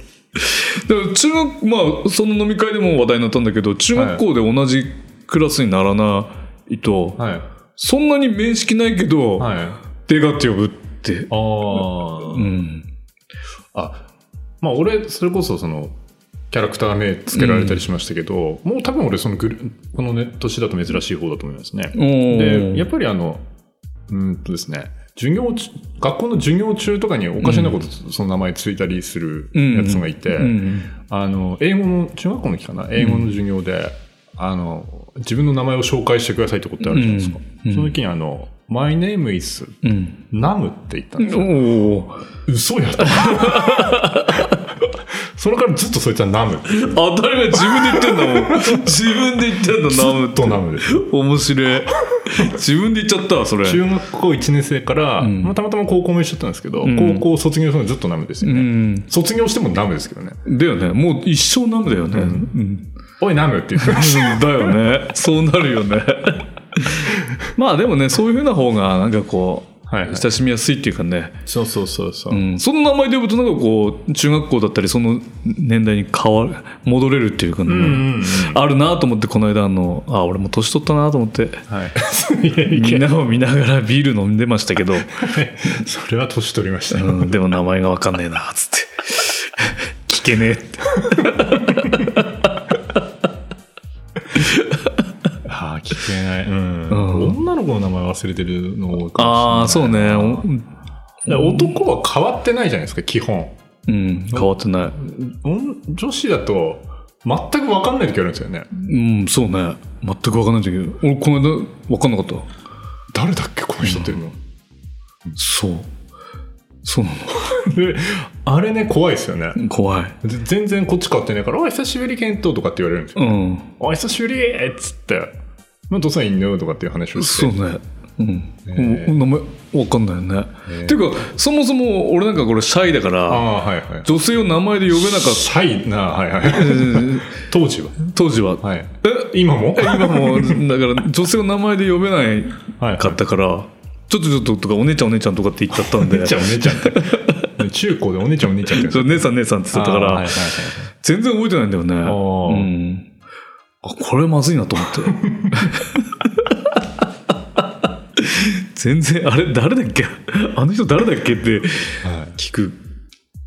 [SPEAKER 1] だから中学まあその飲み会でも話題になったんだけど中学校で同じクラスにならないと、
[SPEAKER 2] はい。
[SPEAKER 1] そんなに面識ないけど、
[SPEAKER 2] はい。
[SPEAKER 1] デカって呼ぶって
[SPEAKER 2] あ、あ、
[SPEAKER 1] うん、
[SPEAKER 2] あ、まあ俺、それこそその、キャラクター名つけられたりしましたけど、もう多分俺、そのグル、このね、年だと珍しい方だと思いますね。で、やっぱりあの、うーんとですね、授業中、学校の授業中とかにおかしなこと、その名前ついたりするやつがいて、
[SPEAKER 1] うん、
[SPEAKER 2] あの、英語の、中学校の時かな、英語の授業で、あの、自分の名前を紹介してくださいってことってあるじゃないですか。
[SPEAKER 1] うんうん
[SPEAKER 2] その時にあの、 My name is
[SPEAKER 1] うん。
[SPEAKER 2] Nam って言ったんですよ。
[SPEAKER 1] おお。
[SPEAKER 2] 嘘やと。それからずっとそいつは Nam。
[SPEAKER 1] 当たり前自分で言ってんだも ん。自分で言ってんだ、ナム
[SPEAKER 2] ずっと Nam です。
[SPEAKER 1] 面白い。自分で言っちゃったわ、それ。
[SPEAKER 2] 中学校1年生から、
[SPEAKER 1] ん
[SPEAKER 2] まあ、たまたま高校も一緒だったんですけど、
[SPEAKER 1] ん
[SPEAKER 2] 高校卒業するのずっとナムですよ
[SPEAKER 1] う
[SPEAKER 2] ね、
[SPEAKER 1] ん。
[SPEAKER 2] 卒業してもナムですけどね。
[SPEAKER 1] だよね。もう一生ナムだよね。うん
[SPEAKER 2] おい、ナムって言ってまし
[SPEAKER 1] うんだよね。そうなるよね。まあでもね、そういうふうな方が、なんかこう、
[SPEAKER 2] た。はい、はい。
[SPEAKER 1] 親しみやすいっていうかね、
[SPEAKER 2] そうそうそうそうう。
[SPEAKER 1] ん、その名前で呼ぶとなんかこう中学校だったりその年代に変わる戻れるっていうかね、
[SPEAKER 2] うんうんうん
[SPEAKER 1] あるなと思ってこの間あのあ俺も年取ったなと思って
[SPEAKER 2] はい。いやい
[SPEAKER 1] みんなを見ながらビール飲んでましたけど、
[SPEAKER 2] や それは年取りましたよ。
[SPEAKER 1] うん、でも名前が分かんねえなつって 聞けねえって
[SPEAKER 2] ああ、聞けない、うん
[SPEAKER 1] うん
[SPEAKER 2] 女の子の名前忘れてるの多いか
[SPEAKER 1] ああ
[SPEAKER 2] もし
[SPEAKER 1] そ
[SPEAKER 2] れ
[SPEAKER 1] う
[SPEAKER 2] ない。
[SPEAKER 1] ね、
[SPEAKER 2] だか
[SPEAKER 1] う
[SPEAKER 2] ら男は変わってないじゃないですか、基本。
[SPEAKER 1] ん、変わってない
[SPEAKER 2] うん女子だと、全く分かんない時あるんですよね。
[SPEAKER 1] うんそうね全く分かんないんだけど俺この間分かんなかった
[SPEAKER 2] 誰だっけ、この人っていうの。
[SPEAKER 1] そうそうな
[SPEAKER 2] であれね、 怖いですよね。
[SPEAKER 1] の怖い
[SPEAKER 2] で全然こっち変わってないから、おい、久しぶり、健闘とかって言われるんですよ。
[SPEAKER 1] うん
[SPEAKER 2] おい、久しぶりっつって、まあ、どうせいいのとかっていう話をして。
[SPEAKER 1] そうね。うん。
[SPEAKER 2] えー
[SPEAKER 1] 名前わかんないよね。
[SPEAKER 2] えー
[SPEAKER 1] っていうか、そもそも俺なんかこれシャイだから、
[SPEAKER 2] ああー、はいはい。
[SPEAKER 1] 女性を名前で呼べなかっ
[SPEAKER 2] シャイな、はいはい。
[SPEAKER 1] た。
[SPEAKER 2] 当時は。
[SPEAKER 1] 当時は。
[SPEAKER 2] はい。え今も
[SPEAKER 1] 今もう、だから女性を名前で呼べない
[SPEAKER 2] はい。
[SPEAKER 1] かったから、ちょっとちょっととか、お姉ちゃんお姉ちゃんとかって言っちゃったんで。
[SPEAKER 2] お姉ちゃん、お姉ちゃんって。中高でお姉ちゃん、お姉ちゃんって
[SPEAKER 1] そう
[SPEAKER 2] 言うんですよ。
[SPEAKER 1] 姉さん姉さんって言ってたか
[SPEAKER 2] あーはい
[SPEAKER 1] ら
[SPEAKER 2] はい、は
[SPEAKER 1] 全然覚えてないんだよね。
[SPEAKER 2] ー
[SPEAKER 1] うん。あ、これまずいなと思って。全然、あれ、誰だっけあの人誰だっけって
[SPEAKER 2] いはい。
[SPEAKER 1] 聞く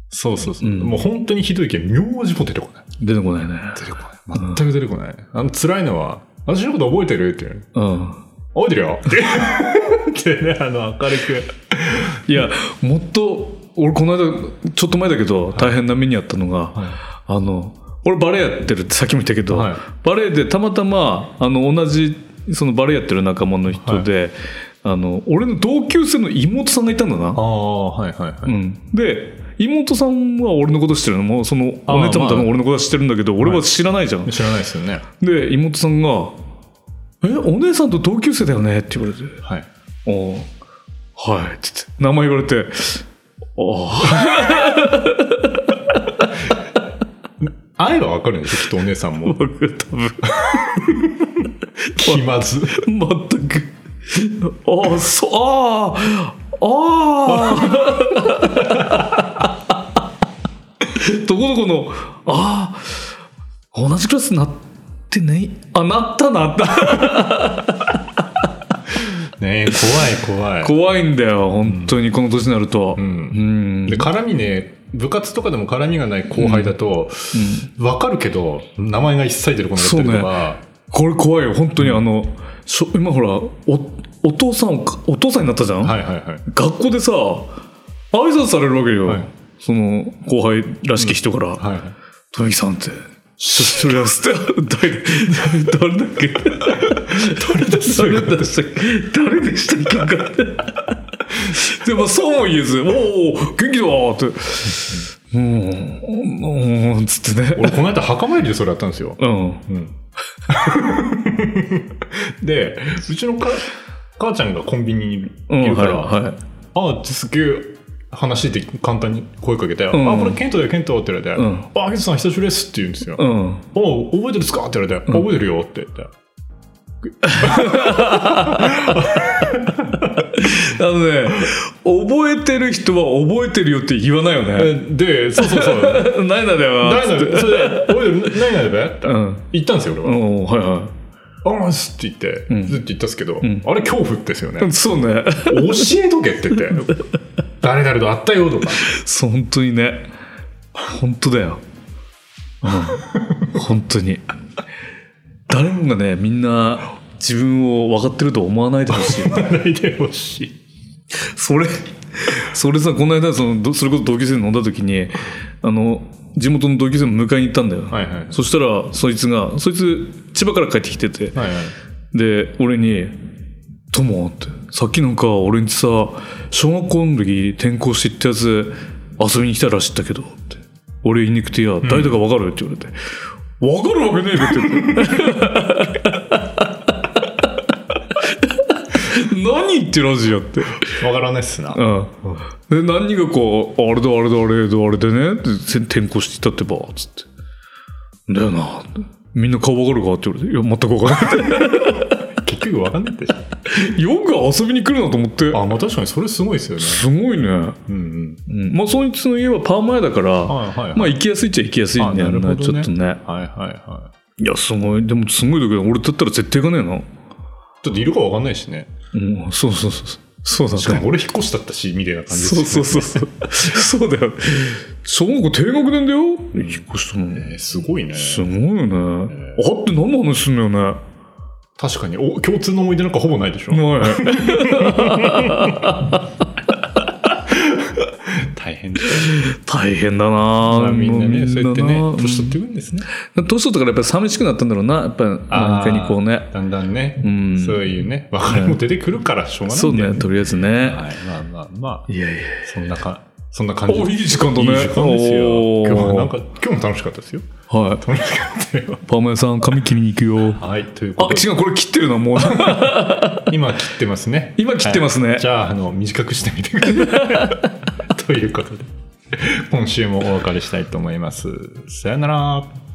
[SPEAKER 2] そうそうそう。
[SPEAKER 1] うん
[SPEAKER 2] もう本当にひどいけど、名字も出てこない。
[SPEAKER 1] 出てこないね。
[SPEAKER 2] 出てこない。全く出てこない。あの、辛いのは、私のこと覚えてるって言うの
[SPEAKER 1] うん。
[SPEAKER 2] 覚えてるよって。ってね、あの、明るく。
[SPEAKER 1] いや、もっと、俺この間、ちょっと前だけど、大変な目にあったのが、あの、俺バレエやってるってさっきも言ったけど、
[SPEAKER 2] はい
[SPEAKER 1] バレエでたまたま、あの、同じ、そのバレエやってる仲間の人で、あの、俺の同級生の妹さんがいたんだな。
[SPEAKER 2] ああ、はいはいは
[SPEAKER 1] う
[SPEAKER 2] い。
[SPEAKER 1] ん、で妹さんは俺のこと知ってるのもうその
[SPEAKER 2] あー
[SPEAKER 1] お姉ちゃんも多分
[SPEAKER 2] まあ
[SPEAKER 1] 俺のことは知ってるんだけど、俺は知らないじゃん、
[SPEAKER 2] 知らないですよね。
[SPEAKER 1] で妹さんが「えお姉さんと同級生だよね」って言われて
[SPEAKER 2] はい。
[SPEAKER 1] 「おーはい」って言って名前言われて「あ
[SPEAKER 2] 愛は わかるんでしょきっとお姉さん
[SPEAKER 1] あ
[SPEAKER 2] も。
[SPEAKER 1] 僕多分
[SPEAKER 2] 気まず。
[SPEAKER 1] 全くああそうああああ どこどこのああ同じクラスになってないあなったなった
[SPEAKER 2] ねえ、怖い怖い。
[SPEAKER 1] 怖いんだよ本当にこの年になると
[SPEAKER 2] う。
[SPEAKER 1] うんん
[SPEAKER 2] で、絡みね、部活とかでも絡みがない後輩だと、わ、かるけど、名前が一切出てこなかったりとか、
[SPEAKER 1] これ怖いよ本当にあの、しょ今ほらおお父さんおかお父さんになったじゃん、
[SPEAKER 2] はいはいはい。
[SPEAKER 1] 学校でさ挨拶されるわけよ、
[SPEAKER 2] はい
[SPEAKER 1] その後輩らしき人から「
[SPEAKER 2] はいはい。
[SPEAKER 1] 富木さんって知ってますって誰誰だっけ誰でしたっけ誰でしたっけ誰でしたっけでもそうも言えず「おお元気だ!」って「うんうんうん」つってね
[SPEAKER 2] 俺、この間墓参りでそれやった んですよ。
[SPEAKER 1] うん
[SPEAKER 2] うん。で、うちのか母ちゃんがコンビニに
[SPEAKER 1] うん
[SPEAKER 2] いるから、
[SPEAKER 1] はいはい
[SPEAKER 2] ああ、すげえ話で簡単に声かけて、
[SPEAKER 1] ん
[SPEAKER 2] あ、これケントだよ、ケントって言われて、
[SPEAKER 1] うん
[SPEAKER 2] あ、ケントさん久しぶりですって言うんですよ。
[SPEAKER 1] うん
[SPEAKER 2] おう覚えてるっすかって言われて、覚えてるよって言って。
[SPEAKER 1] あのね覚えてる人は覚えてるよって言わないよね
[SPEAKER 2] えで、そうそうそ う。
[SPEAKER 1] ないなだよな
[SPEAKER 2] 誰なのそれで、覚えてる何々だよって
[SPEAKER 1] うん
[SPEAKER 2] 言ったんですよ、
[SPEAKER 1] う
[SPEAKER 2] 俺は。
[SPEAKER 1] んはいは
[SPEAKER 2] ああ、すって言って、
[SPEAKER 1] ん
[SPEAKER 2] ずっと言ったんですけど、あれ恐怖ですよね。
[SPEAKER 1] いそうね
[SPEAKER 2] 教えとけって言って。 誰々と会ったよとか。
[SPEAKER 1] そう本当にね本当だよ、うん、本当に誰もがねみんな自分を分かってると思わないでほしい
[SPEAKER 2] ないでほしい。
[SPEAKER 1] それそれさこの間そのどそれこそ同級生に飲んだ時にあの地元の同級生も迎えに行ったんだよ、
[SPEAKER 2] はいはい。
[SPEAKER 1] そしたらそいつがそいつ千葉から帰ってきてて、
[SPEAKER 2] はいはい。
[SPEAKER 1] で俺に「ともってさっきなんか俺にさ小学校の時転校してったやつ遊びに来たら知ったけどって俺いなくてや誰だか分かるって言われて「分かるわけねえべ」って言って 何言ってラジオって
[SPEAKER 2] わからないっすな。
[SPEAKER 1] うん、で何人かこう「あれだあれだあれだあれでね」ってせ転校していったってばつって「だよな」みんな顔わかるか?」って言われて「いや全く分からない」
[SPEAKER 2] 結局わかんないでし
[SPEAKER 1] よく遊びに来るなと思って
[SPEAKER 2] ょ。あ、まあ確かにそれすごいですよね。
[SPEAKER 1] すごいね、
[SPEAKER 2] うん
[SPEAKER 1] まあそいつの家はパーマ屋だから、
[SPEAKER 2] うん。はいはいはい。
[SPEAKER 1] まあ行きやすいっちゃ行きやすいんだよ
[SPEAKER 2] あなる
[SPEAKER 1] ね
[SPEAKER 2] ほどね
[SPEAKER 1] ちょっとね
[SPEAKER 2] はいはいはい。
[SPEAKER 1] やすごいでもすごいだけど俺だったら絶対行かねえない
[SPEAKER 2] だっているかわかんないしね。
[SPEAKER 1] なうんそうそうそうそうそう
[SPEAKER 2] し
[SPEAKER 1] だ
[SPEAKER 2] か
[SPEAKER 1] ね
[SPEAKER 2] も俺引っ越したったし、みたいな感じです
[SPEAKER 1] そうそうそうそうそうだよ小学校低学年だよ引っ越したのに
[SPEAKER 2] えーすごいね。
[SPEAKER 1] すごいよね、
[SPEAKER 2] え
[SPEAKER 1] あって何の話すんだよね
[SPEAKER 2] 確かにお、共通の思い出なんかほぼないでしょ。
[SPEAKER 1] ない
[SPEAKER 2] 大変だ
[SPEAKER 1] 大変だな
[SPEAKER 2] みんなね、そうやってね、
[SPEAKER 1] うん
[SPEAKER 2] 年取っていくんですね。
[SPEAKER 1] 年取ったからやっぱり寂しくなったんだろうなやっぱり何かにこうね
[SPEAKER 2] だんだんね、
[SPEAKER 1] うん
[SPEAKER 2] そういうね、別れも出てくるからしょうがない
[SPEAKER 1] そうん
[SPEAKER 2] だよ
[SPEAKER 1] ね、とりあえずね。
[SPEAKER 2] はい、まあまあまあ、
[SPEAKER 1] いやいや。
[SPEAKER 2] そんなか、そんな感じ
[SPEAKER 1] お、いい時間だね。
[SPEAKER 2] いい時間ですよ。
[SPEAKER 1] おー
[SPEAKER 2] 今日はなんか、今日も楽しかったですよ。
[SPEAKER 1] はい。
[SPEAKER 2] 楽しかったよ。
[SPEAKER 1] パーマ屋さん、髪切りに行くよ。
[SPEAKER 2] はい、という
[SPEAKER 1] あ
[SPEAKER 2] こ、とで
[SPEAKER 1] 違、う、これ切ってるな、もう。
[SPEAKER 2] 今切ってますね。
[SPEAKER 1] 今切ってますね
[SPEAKER 2] はいじゃあ、あの、短くしてみてくだ さい。ということで、今週もお別れしたいと思います。さよなら。